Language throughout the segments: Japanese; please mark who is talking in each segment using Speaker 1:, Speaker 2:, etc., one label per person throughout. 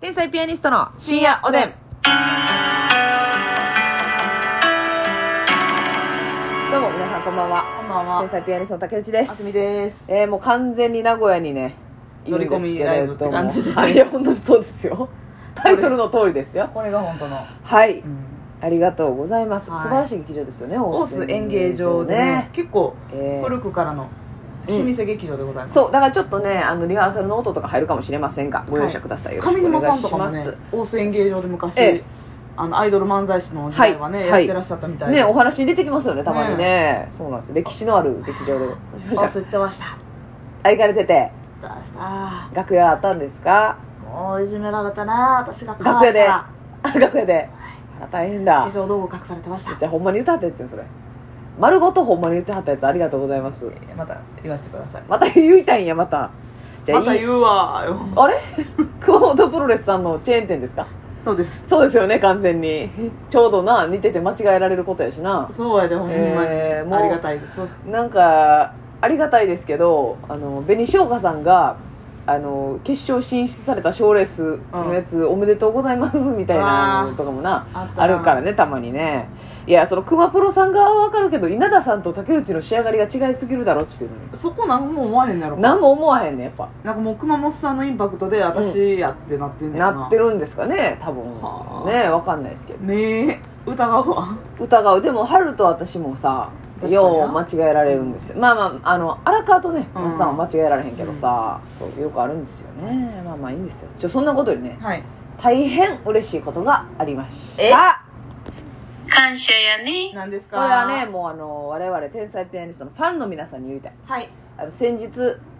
Speaker 1: 天才ピアニストの
Speaker 2: 深夜おでん。
Speaker 1: どうも皆さんこんばんは
Speaker 2: こんばん
Speaker 1: 天。才ピアニストの竹内です
Speaker 2: あすみです。
Speaker 1: えー、もう完全に名古屋にねいるんですけれども
Speaker 2: 乗り込みライブって感じで
Speaker 1: はいいや本当にそうです よタイトルの通りですよ
Speaker 2: これが本当の。
Speaker 1: はいありがとうございます、
Speaker 2: はい
Speaker 1: 素晴らしい劇場ですよね
Speaker 2: オース演芸場でね、結構
Speaker 1: えー
Speaker 2: 古くからの老舗劇場でございます。
Speaker 1: そうだからちょっとねあのリハーサルの音とか入るかもしれませんがご容赦ください、よろし
Speaker 2: 上
Speaker 1: くお
Speaker 2: 沼さ
Speaker 1: 願い
Speaker 2: んと
Speaker 1: し
Speaker 2: かも
Speaker 1: ま
Speaker 2: ね
Speaker 1: す、
Speaker 2: オース演芸場で昔、
Speaker 1: ええ
Speaker 2: あのアイドル漫才師の時代はね、
Speaker 1: はい
Speaker 2: やってらっしゃったみたいで。
Speaker 1: ねお話に出てきますよねたまにねそうなんですよ歴史のある劇場で
Speaker 2: オース行ってました。
Speaker 1: あ行かれてて
Speaker 2: 行ってました。
Speaker 1: 楽屋あったんですか
Speaker 2: もういじめられたな、私が
Speaker 1: 楽屋で楽屋であら大変
Speaker 2: 化
Speaker 1: だ
Speaker 2: 粧道具隠されてました。
Speaker 1: じゃあほんまに歌ったやつねそれ丸ごとほんまに言ってはったやつありがとうございます
Speaker 2: また言わせてください。
Speaker 1: また言いたいんやまたじゃあ
Speaker 2: また
Speaker 1: いい
Speaker 2: 言うわよ。
Speaker 1: あれ 熊本プロレスさんのチェーン店ですか
Speaker 2: そうです。
Speaker 1: そうですよね完全に ちょうどな似てて間違えられることやしな
Speaker 2: そうやで、ほんまに。
Speaker 1: えーもう
Speaker 2: ありがたいです。
Speaker 1: なんかありがたいですけどあの紅しょうかさんがあの決勝進出された賞レースのやつ、おめでとうございますみたいな
Speaker 2: あ
Speaker 1: の
Speaker 2: ー
Speaker 1: とかもな
Speaker 2: あった
Speaker 1: あ
Speaker 2: な
Speaker 1: るからねたまにねいやその熊プロさん側はわかるけど稲田さんと竹内の仕上がりが違いすぎるだろっつって言うのに
Speaker 2: そこなんも思わへんのやろ。
Speaker 1: 何も思わへんねやっぱ
Speaker 2: なんかもう熊本さんのインパクトで私やってなってんねん
Speaker 1: な ってるんですかね多分
Speaker 2: はあ
Speaker 1: ねわかんないですけど
Speaker 2: 目疑うわ
Speaker 1: 疑うでも春と私もさ
Speaker 2: 確かにな
Speaker 1: よう間違えられるんですよまあまああの荒川とね
Speaker 2: うん
Speaker 1: カスさんは間違えられへんけどさ、そうよくあるんですよねまあまあいいんですよちょそんなことよりね
Speaker 2: はい
Speaker 1: 大変嬉しいことがありました
Speaker 2: え
Speaker 3: 感謝やね。
Speaker 2: 何です
Speaker 1: こ
Speaker 2: か
Speaker 1: れはねもうあの我々天才ピアニストのファンの皆さんに言いたい
Speaker 2: はい
Speaker 1: あの先日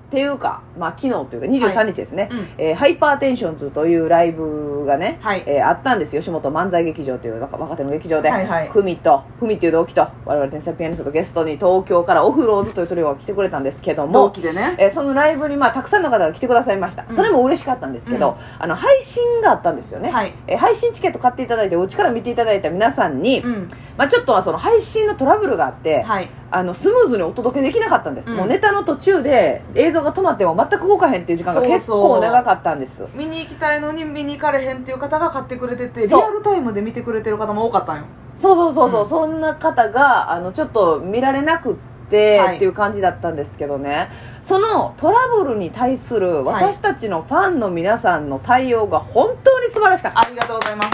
Speaker 1: っていうか、まあ、昨日というか23日ですね、
Speaker 2: うん
Speaker 1: えーハイパーテンションズというライブがね、
Speaker 2: はい
Speaker 1: えーあったんです吉本漫才劇場という若若手の劇場で、
Speaker 2: はいはい
Speaker 1: ふみとふみっていう同期と我々天才ピアニストとゲストに東京からオフローズというトリオが来てくれたんですけど
Speaker 2: 同
Speaker 1: も、
Speaker 2: 期でね
Speaker 1: えーそのライブに、まあ、たくさんの方が来てくださいました、
Speaker 2: うん
Speaker 1: それも嬉しかったんですけど、あの配信があったんですよね、
Speaker 2: はい
Speaker 1: えー配信チケット買っていただいてお家から見ていただいた皆さんに、
Speaker 2: うん
Speaker 1: まあ、ちょっとはその配信のトラブルがあって、
Speaker 2: はい
Speaker 1: あのスムーズにお届けできなかったんです、
Speaker 2: うん
Speaker 1: もうネタの途中で映像が止まっても全く動かへんっていう時間が
Speaker 2: そう
Speaker 1: 結
Speaker 2: そう
Speaker 1: 構長かったんです
Speaker 2: 見に行きたいのに見に行かれへんっていう方が買ってくれててリ
Speaker 1: そう
Speaker 2: アルタイムで見てくれてる方も多かったんよ
Speaker 1: そうそうそうそう、
Speaker 2: うん
Speaker 1: そんな方があのちょっと見られなくって、
Speaker 2: はい
Speaker 1: っていう感じだったんですけどねそのトラブルに対する
Speaker 2: はい
Speaker 1: 私たちのファンの皆さんの対応が本当に素晴らしかった、
Speaker 2: ありがとうございます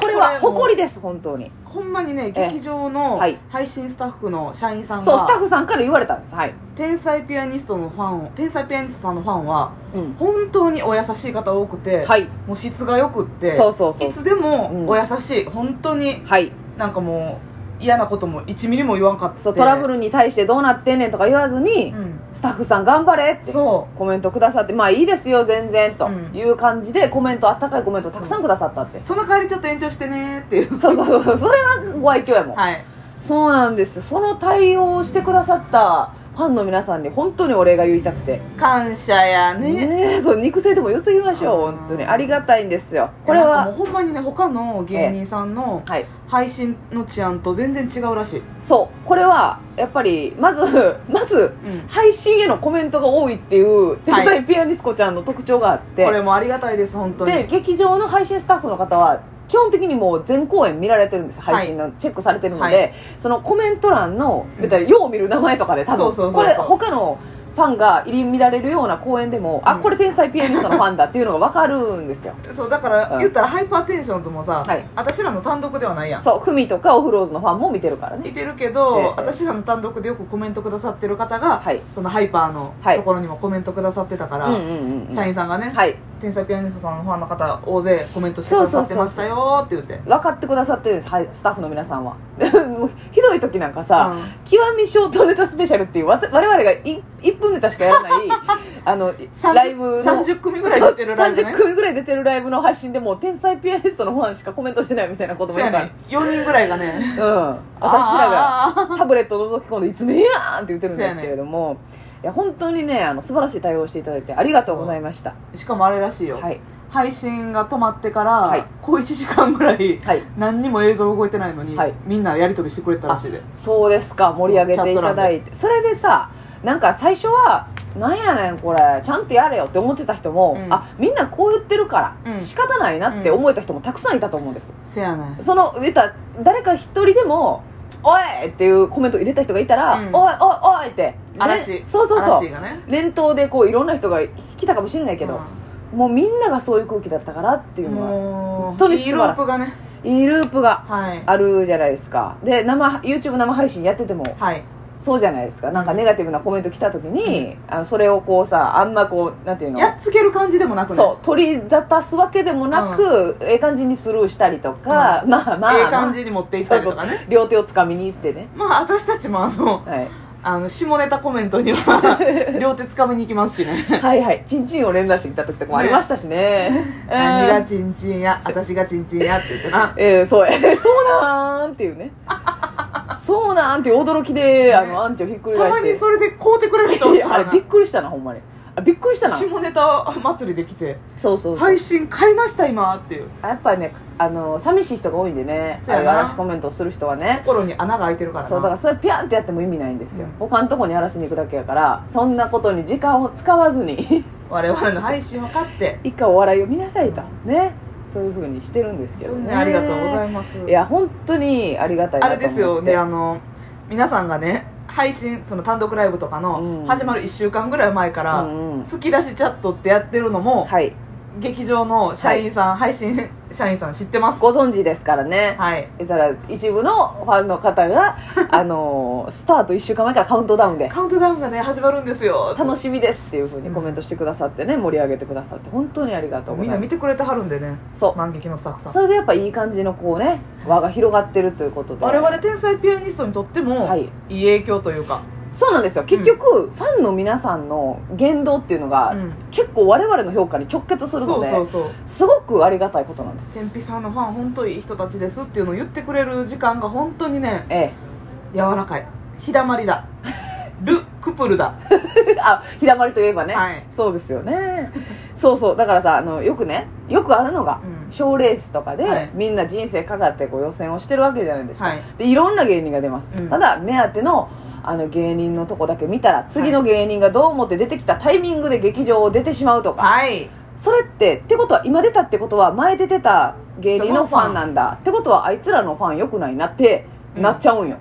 Speaker 1: これは
Speaker 2: これも
Speaker 1: 誇りです本当に
Speaker 2: ほんまにね
Speaker 1: え
Speaker 2: 劇場の
Speaker 1: はい
Speaker 2: 配信スタッフの社員さん
Speaker 1: そうスタッ
Speaker 2: が
Speaker 1: フさんから言われたんですはい、
Speaker 2: 天才ピアニストのファンを天才ピアニストさんのファンは
Speaker 1: うん、
Speaker 2: 本当にお優しい方多くて
Speaker 1: はい
Speaker 2: もう質が良くって
Speaker 1: そうそうそう
Speaker 2: いつでもお優しい本当に
Speaker 1: はい
Speaker 2: なんかもう嫌なことも1ミリも言わんかった
Speaker 1: そうトラブルに対してどうなってんねんとか言わずに、
Speaker 2: うん
Speaker 1: スタッフさん頑張れって
Speaker 2: そ
Speaker 1: コメントくださってまあいいですよ全然と
Speaker 2: うん
Speaker 1: いう感じでコメントあったかいコメントたくさんくださったって
Speaker 2: うその代わりちょっと延長してねっていう
Speaker 1: そうそうそうそうそれはご愛嬌やもん、
Speaker 2: はい
Speaker 1: そうなんですその対応をしてくださったファンの皆さんに本当にお礼が言いたくて
Speaker 2: 感謝やね
Speaker 1: ねえそう肉声でも言っときましょう
Speaker 2: あー
Speaker 1: 本当にありがたいんですよこれ
Speaker 2: なん
Speaker 1: は
Speaker 2: かもうほんまにね他の芸人さんの
Speaker 1: はい
Speaker 2: 配信の治安と全然違うらしい、
Speaker 1: そうこれはやっぱりまず まず
Speaker 2: うん
Speaker 1: 配信へのコメントが多いっていう天
Speaker 2: は
Speaker 1: 才ピアニスコちゃんの特徴があって、
Speaker 2: これもありがたいです本当に
Speaker 1: で劇場の配信スタッフの方は基本的にもう全公演見られてるんです配信のチェックされてるので、
Speaker 2: は
Speaker 1: そのコメント欄の
Speaker 2: うん
Speaker 1: みたいなよう見る名前とかで多分
Speaker 2: そうそう
Speaker 1: こ
Speaker 2: そうそう
Speaker 1: れ他のファンが入り乱れるような公演でも、あ
Speaker 2: うん
Speaker 1: これ天才ピアニストのファンだっていうのが分かるん ですよ
Speaker 2: そうだから、
Speaker 1: うん
Speaker 2: 言ったらハイパーテンションズもさ、
Speaker 1: はい
Speaker 2: 私らの単独ではないやん
Speaker 1: そうふみとかオフローズのファンも見てるからね
Speaker 2: いてるけ
Speaker 1: ええ
Speaker 2: ど、私らの単独でよくコメントくださってる方が、
Speaker 1: はい
Speaker 2: そのハイパーの
Speaker 1: はい
Speaker 2: ところにもコメントくださってたから、
Speaker 1: うんうんうんうん
Speaker 2: 社員さんがね、
Speaker 1: はい
Speaker 2: 天才ピアニストさんのファンの方大勢コメントしてくださってましたよーって言って
Speaker 1: 分かってくださってるんですはいスタッフの皆さんは もうひどい時なんかさ、
Speaker 2: うん
Speaker 1: 極みショートネタスペシャルっていうわた我々がい1分ネタしかやら ないあの
Speaker 2: 30
Speaker 1: ライブの
Speaker 2: 30組ぐらい出てるライブ
Speaker 1: そう
Speaker 2: ね
Speaker 1: 30組ぐらい出てるライブの配信でもう天才ピアニストのファンしかコメントしてないみたいなことも
Speaker 2: そう
Speaker 1: や
Speaker 2: や
Speaker 1: った
Speaker 2: ね
Speaker 1: んです
Speaker 2: 4人ぐらいがね
Speaker 1: うん、 私らが
Speaker 2: が
Speaker 1: タブレットを覗き込んで「いつねやん!」って言ってるんですけれども、いや本当にねあの素晴らしい対応をしていただいてありがとうございました
Speaker 2: しかもあれらしいよ、
Speaker 1: はい
Speaker 2: 配信が止まってから、
Speaker 1: はい
Speaker 2: こう1時間ぐらい
Speaker 1: はい
Speaker 2: 何にも映像動いてないのに、
Speaker 1: はい
Speaker 2: みんなやり取りしてくれたらしいで
Speaker 1: そうですか盛り上げていただいてそれでさなんか最初は「なんやねんこれちゃんとやれよ」って思ってた人も、
Speaker 2: うん
Speaker 1: あみんなこう言ってるから、
Speaker 2: うん
Speaker 1: 仕方ないなって思えた人もたくさんいたと思うんです、
Speaker 2: せやねん
Speaker 1: その言った誰か一人でも「おい!」っていうコメントを入れた人がいたら「
Speaker 2: うん
Speaker 1: おいおいおい!」って
Speaker 2: 嵐
Speaker 1: れそうそうそ
Speaker 2: 嵐
Speaker 1: う
Speaker 2: がね
Speaker 1: 連投でこういろんな人が来たかもしれないけど、
Speaker 2: う
Speaker 1: もうみんながそういう空気だったからってい
Speaker 2: ん
Speaker 1: うのは
Speaker 2: も
Speaker 1: 本当
Speaker 2: う
Speaker 1: に
Speaker 2: い
Speaker 1: 素晴
Speaker 2: いロ
Speaker 1: らしい
Speaker 2: ープがね
Speaker 1: いいループが
Speaker 2: はい
Speaker 1: あるじゃないですかで生 YouTube 生配信やってても
Speaker 2: はい
Speaker 1: そうじゃないですかなんかネガティブなコメント来た時に、あのそれをこうさあんまこうなんていうの
Speaker 2: やっつける感じでもなくね
Speaker 1: そう取り立たすわけでもなく、ええ感じにスルーしたりとか、
Speaker 2: う
Speaker 1: まあまあ、
Speaker 2: ええ感じに持っていったりとかね
Speaker 1: 両手をつかみに行ってね
Speaker 2: まあ私たちもあの
Speaker 1: はい、
Speaker 2: あの下ネタコメント には両手つかみに行きますしね
Speaker 1: はいはいチンチンを連打してきた時とかもありましたしねえ
Speaker 2: 何が
Speaker 1: ー
Speaker 2: チンチンや私がチンチンやって言っ てな
Speaker 1: えーそうそうなんっていうねそうなんっていう驚きであ
Speaker 2: ね
Speaker 1: のアンチをひっくり
Speaker 2: た
Speaker 1: 返
Speaker 2: まに
Speaker 1: して
Speaker 2: それで買うてくれる人おっ
Speaker 1: い
Speaker 2: た
Speaker 1: やあ
Speaker 2: から
Speaker 1: れ
Speaker 2: な
Speaker 1: びっくりしたなほんまにあれびっくりしたなそう
Speaker 2: 下ネタ祭りできて
Speaker 1: そうそう
Speaker 2: 配信買いました今っていう
Speaker 1: やっぱねあの寂しい人が多いんでね
Speaker 2: そ
Speaker 1: あ
Speaker 2: う
Speaker 1: あい
Speaker 2: や
Speaker 1: う
Speaker 2: な
Speaker 1: 嵐コメントをする人はね
Speaker 2: 心に穴が開いてるからな
Speaker 1: そうだからそれピャンってやっても意味ないんですよ、
Speaker 2: うん
Speaker 1: 他のとこに嵐に行くだけやからそんなことに時間を使わずに
Speaker 2: 我々の配信を買って
Speaker 1: 一回お笑いを見なさいと、ねそういうふうにしてるんですけど
Speaker 2: 本当に
Speaker 1: ね
Speaker 2: ねありがとうございます
Speaker 1: いや本当にありがたいな
Speaker 2: あ
Speaker 1: と思っ
Speaker 2: れ
Speaker 1: て
Speaker 2: ですよねあの皆さんがね配信その単独ライブとか
Speaker 1: うん
Speaker 2: の始まる1週間ぐらい前か
Speaker 1: う
Speaker 2: ら
Speaker 1: んうん
Speaker 2: 突き出しチャットってやってるのも
Speaker 1: はい
Speaker 2: 劇場の社員さん配信社員さん知ってます
Speaker 1: ご存知ですからね、
Speaker 2: はい
Speaker 1: い、たら一部のファンの方 があのスタート1週間前からカウントダウンで
Speaker 2: カウントダウンがね始まるんですよ
Speaker 1: 楽しみですっていうふうにコメントしてくださってね盛り上げてくださって本当にありがとうご
Speaker 2: みん
Speaker 1: ざ
Speaker 2: ない
Speaker 1: ま
Speaker 2: 見てくれてはるんでね
Speaker 1: すそう
Speaker 2: 満劇のスタッフさ
Speaker 1: そ
Speaker 2: ん
Speaker 1: れでやっぱいい感じのこうね輪が広がってるということで
Speaker 2: 我々天才ピアニストにとっても
Speaker 1: はい
Speaker 2: いい影響というか
Speaker 1: そうなんですよ結局、ファンの皆さんの言動っていうのが、
Speaker 2: うん
Speaker 1: 結構我々の評価に直結する
Speaker 2: そ
Speaker 1: の
Speaker 2: う
Speaker 1: で
Speaker 2: そうそう
Speaker 1: すごくありがたいことなんで
Speaker 2: 天
Speaker 1: す
Speaker 2: 日さんのファン本当いい人たちですっていうのを言ってくれる時間が本当にね
Speaker 1: え
Speaker 2: 柔らかい日だまりだル・クプルだ
Speaker 1: えあ日だまりといえばね、
Speaker 2: はい
Speaker 1: そうですよねそうそうだからさあのよくねよくあるのが
Speaker 2: うん
Speaker 1: 賞、ーレースとかで、
Speaker 2: はい
Speaker 1: みんな人生かかってこう予選をしてるわけじゃないですか、
Speaker 2: はい
Speaker 1: でいろんな芸人が出ます、
Speaker 2: うん
Speaker 1: ただ目当てのあの芸人のとこだけ見たら次の芸人がどう思って出てきたタイミングで劇場を出てしまうとか、
Speaker 2: はい
Speaker 1: それってってことは今出たってことは前出てた芸人のファンなんだってことはあいつらのファン良くないなって
Speaker 2: うん
Speaker 1: なっちゃうんよ、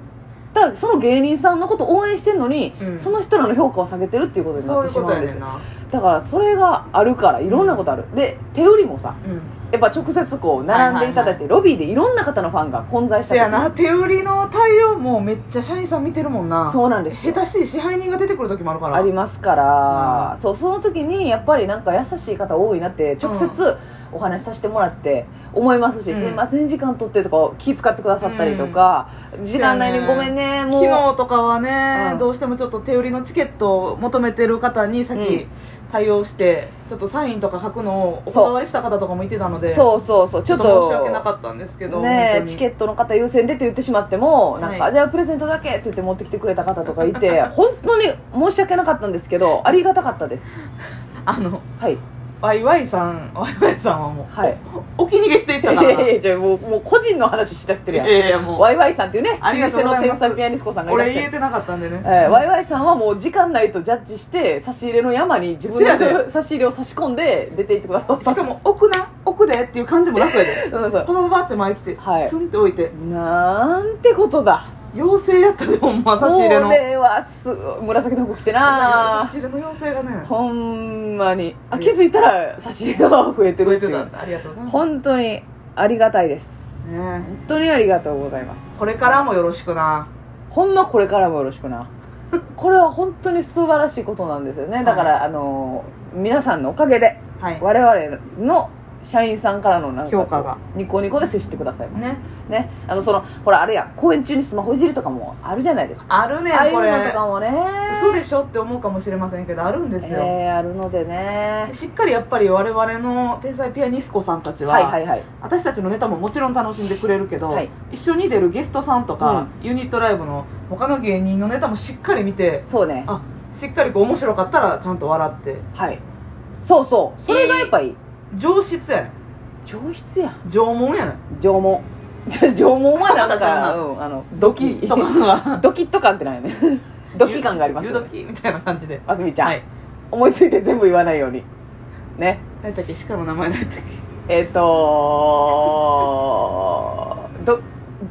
Speaker 1: だからその芸人さんのこと応援してんのに、
Speaker 2: うん
Speaker 1: その人らの評価を下げてるっていうことにな
Speaker 2: そ
Speaker 1: っ
Speaker 2: うい
Speaker 1: て
Speaker 2: う
Speaker 1: しま
Speaker 2: こと
Speaker 1: うん
Speaker 2: や
Speaker 1: で
Speaker 2: ね
Speaker 1: す
Speaker 2: ん
Speaker 1: よ
Speaker 2: な
Speaker 1: だからそれがあるからいろんなことある、で手売りもさ
Speaker 2: うん
Speaker 1: やっぱ直接こう並んでいただいて、ロビーでいろんな方のファンが混在した
Speaker 2: せ
Speaker 1: 時
Speaker 2: やな手売りの対応もめっちゃ社員さん見てるもんな
Speaker 1: そうなんです
Speaker 2: 下
Speaker 1: よ
Speaker 2: 手しい支配人が出てくる時もあるから
Speaker 1: ありますから、そうその時にやっぱりなんか優しい方多いなって直接お話しさせてもらって思いますし、
Speaker 2: うん
Speaker 1: すいません時間取ってとか気遣ってくださったりとか、時間内にごめんねもう
Speaker 2: 昨日とかはね、
Speaker 1: うん
Speaker 2: どうしてもちょっと手売りのチケットを求めてる方に先、
Speaker 1: うん
Speaker 2: 対応してちょっとサインとか書くのをお断りした方とかもいてたので
Speaker 1: そうそうそうちょ
Speaker 2: ちょ
Speaker 1: っ
Speaker 2: っ
Speaker 1: と
Speaker 2: と申し訳なかったんですけど
Speaker 1: ねえチケ
Speaker 2: ッ
Speaker 1: ットの方優先でって言ってしまってもなんか、
Speaker 2: はい
Speaker 1: じゃあプレゼントだけって言って持ってきてくれた方とかい て本当に申し訳なかったんですけどありがたかったです
Speaker 2: トあの
Speaker 1: はい
Speaker 2: ワイワイさんワイワイさんはもう、
Speaker 1: はい
Speaker 2: お気にげしていっ
Speaker 1: いや
Speaker 2: た
Speaker 1: い
Speaker 2: から
Speaker 1: やいやじゃあもうもう個人の話したしてるやん
Speaker 2: いやいやもう
Speaker 1: ワイワイさんっていうね
Speaker 2: ありがとうござい
Speaker 1: 老
Speaker 2: ます
Speaker 1: 舗の天才ピアニスコさんがいらっしゃ
Speaker 2: 俺言
Speaker 1: る
Speaker 2: えてなかったんでね、
Speaker 1: えー、ワイワイさんはもう時間ないとジャッジして差し入れの山に自分
Speaker 2: せやで
Speaker 1: の差し入れを差し込んで出ていってくださった
Speaker 2: し
Speaker 1: んで
Speaker 2: か
Speaker 1: す
Speaker 2: も奥な奥でっていう感じも楽やで
Speaker 1: うんそ
Speaker 2: パパパパって前来て、
Speaker 1: はい
Speaker 2: スンって置いて
Speaker 1: うなんてことだ
Speaker 2: 妖精やったでほんま差し入れの
Speaker 1: これはすごい紫の服着てな
Speaker 2: 差し入れの妖精がね
Speaker 1: ほんまにあ気づいたら差し入れが増えて
Speaker 2: 増
Speaker 1: る
Speaker 2: え
Speaker 1: って
Speaker 2: て
Speaker 1: い
Speaker 2: た
Speaker 1: うん
Speaker 2: だありがとうございます
Speaker 1: 本当にありがたいです、
Speaker 2: ね
Speaker 1: 本当にありがとうございます
Speaker 2: これからもよろしくな
Speaker 1: ほんまこれからもよろしくなこれは本当に素晴らしいことなんですよねだから、あのー皆さんのおかげで
Speaker 2: はい
Speaker 1: 我々の社員さんからのなんかこう
Speaker 2: 評価が
Speaker 1: ニコニコで接してくださいますね
Speaker 2: ね
Speaker 1: あのそのほらあれやん公演中にスマホいじるとかもあるじゃないですか
Speaker 2: あるね
Speaker 1: ああいう
Speaker 2: こ
Speaker 1: のと
Speaker 2: れ
Speaker 1: かもね
Speaker 2: 嘘でしょって思うかもしれませんけどあるんですよ、
Speaker 1: えー、あるのでね
Speaker 2: しっかりやっぱり我々の天才ピアニスコさんたちは、
Speaker 1: はいはいはい
Speaker 2: 私たちのネタももちろん楽しんでくれるけど、
Speaker 1: はい
Speaker 2: 一緒に出るゲストさんとか、ユニットライブの他の芸人のネタもしっかり見て
Speaker 1: そうね
Speaker 2: あしっかりこう面白かったらちゃんと笑って
Speaker 1: はいそうそうそれがやっぱいい
Speaker 2: 上質やね
Speaker 1: 上質や
Speaker 2: ん上門やねん
Speaker 1: 縄文 じゃ縄文はなん
Speaker 2: またちゃうな
Speaker 1: か、うん、あのドキ
Speaker 2: と かが
Speaker 1: ドキッと感ってないよね ドキ感があります
Speaker 2: ゆ
Speaker 1: よ
Speaker 2: ド
Speaker 1: ね
Speaker 2: キみたいな感じで
Speaker 1: あすみちゃん、
Speaker 2: はい
Speaker 1: 思いついて全部言わないようにね
Speaker 2: 何だっけ鹿の名前何だっけ
Speaker 1: えっ、とど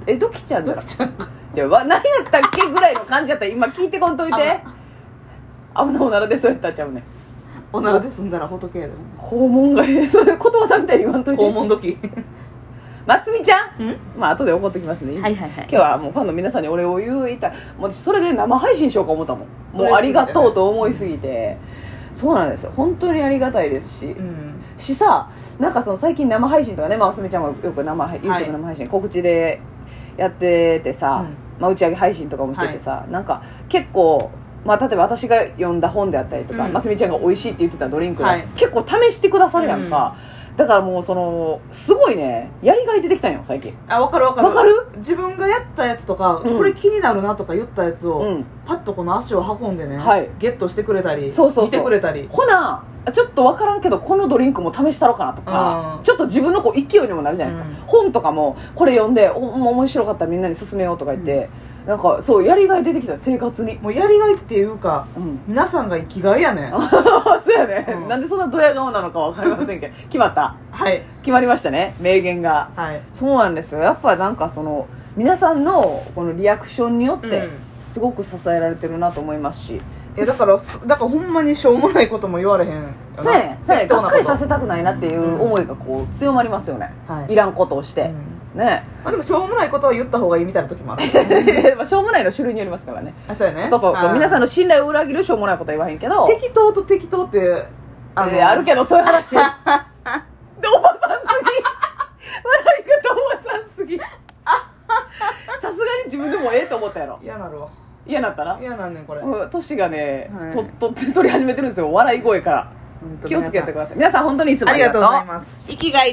Speaker 1: えドキちゃんじゃな
Speaker 2: ちゃん
Speaker 1: じゃあわ何やったっけぐらいの感じやったら今聞いてこんといて危なおならでそうやったらちゃうねん
Speaker 2: おならで済んだら仏やでも
Speaker 1: 肛門がそういう言葉さんみたいに言わんといて
Speaker 2: 肛 門時
Speaker 1: ますみちゃん
Speaker 2: うん
Speaker 1: まあ後で怒ってきますね、
Speaker 2: いはいは
Speaker 1: 今日はもうファンの皆さんにお礼を言いたいもう私それで生配信しようか思ったもんも
Speaker 2: 嬉しいね
Speaker 1: うありがとうと思いすぎてそうなんですよ本当にありがたいですし、
Speaker 2: うん
Speaker 1: しさなんかその最近生配信とかね、まあ、すみちゃんもよく生配
Speaker 2: はい
Speaker 1: YouTube 生配信告知でやっててさ、まあ、打ち上げ配信とかもしててさ、なんか結構、まあ、例えば私が読んだ本であったりとか、
Speaker 2: うん
Speaker 1: まあすみちゃんが美味しいって言ってたドリンクが、
Speaker 2: はい
Speaker 1: 結構試してくださるやんか、だからもうそのすごいねやりがい出てきたんよ最近
Speaker 2: あ分かる分かる
Speaker 1: わかる
Speaker 2: 自分がやったやつとか、
Speaker 1: うん
Speaker 2: これ気になるなとか言ったやつを、
Speaker 1: うん
Speaker 2: パッとこの足を運んでね、
Speaker 1: はい
Speaker 2: ゲットしてくれたり
Speaker 1: そうそうそう
Speaker 2: 見てくれたり
Speaker 1: ほなちょっと分からんけどこのドリンクも試したろかなとか、
Speaker 2: うん
Speaker 1: ちょっと自分のこう勢いにもなるじゃないですか、
Speaker 2: うん
Speaker 1: 本とかもこれ読んでおもう面白かったらみんなに勧めようとか言って、なんかそうやりがい出てきた生活に、
Speaker 2: もうやりがいっていうか
Speaker 1: うん、
Speaker 2: 皆さんが生きがいやねんは
Speaker 1: あ そうやね、
Speaker 2: うん
Speaker 1: なんでそんなドヤ顔なのか分かりませんけど決まった
Speaker 2: い
Speaker 1: 決まりましたね名言が
Speaker 2: はい
Speaker 1: そうなんですよやっぱなんかその皆さんのこのリアクションによっ
Speaker 2: う
Speaker 1: て
Speaker 2: ん
Speaker 1: すごく支えられてるなと思いますし、
Speaker 2: いやだからすだからほんまにしょうもないことも言われへんよな
Speaker 1: そうやねそうやね
Speaker 2: 適当
Speaker 1: が
Speaker 2: な
Speaker 1: っ
Speaker 2: こ
Speaker 1: か
Speaker 2: と
Speaker 1: りさせたくないなっていう思いがこう強まりますよね、
Speaker 2: はい
Speaker 1: いらんことをして
Speaker 2: う、ん
Speaker 1: ね
Speaker 2: まあ、でもしょうもないことは言った方がいいみたいな時 もある
Speaker 1: まあしょうもないの種類によりますからね
Speaker 2: あそうやね
Speaker 1: そうそうそ
Speaker 2: あ
Speaker 1: う
Speaker 2: ー
Speaker 1: 皆さんの信頼を裏切るしょうもないことは言わへんけど
Speaker 2: 適当と適当って
Speaker 1: あ,、
Speaker 2: の
Speaker 1: えーあるけどそういう 話でおばさんすぎ笑い方おばさんすぎさすがに自分でもええと思ったやろ
Speaker 2: 嫌なるわ
Speaker 1: 嫌なったら
Speaker 2: 嫌なんねんこれ
Speaker 1: うんトシがね、
Speaker 2: はい
Speaker 1: とと取り始めてるんですよ笑い声から気をつけてください皆さん本当にいつも
Speaker 2: ありがとうござい
Speaker 1: す
Speaker 2: ます生きがい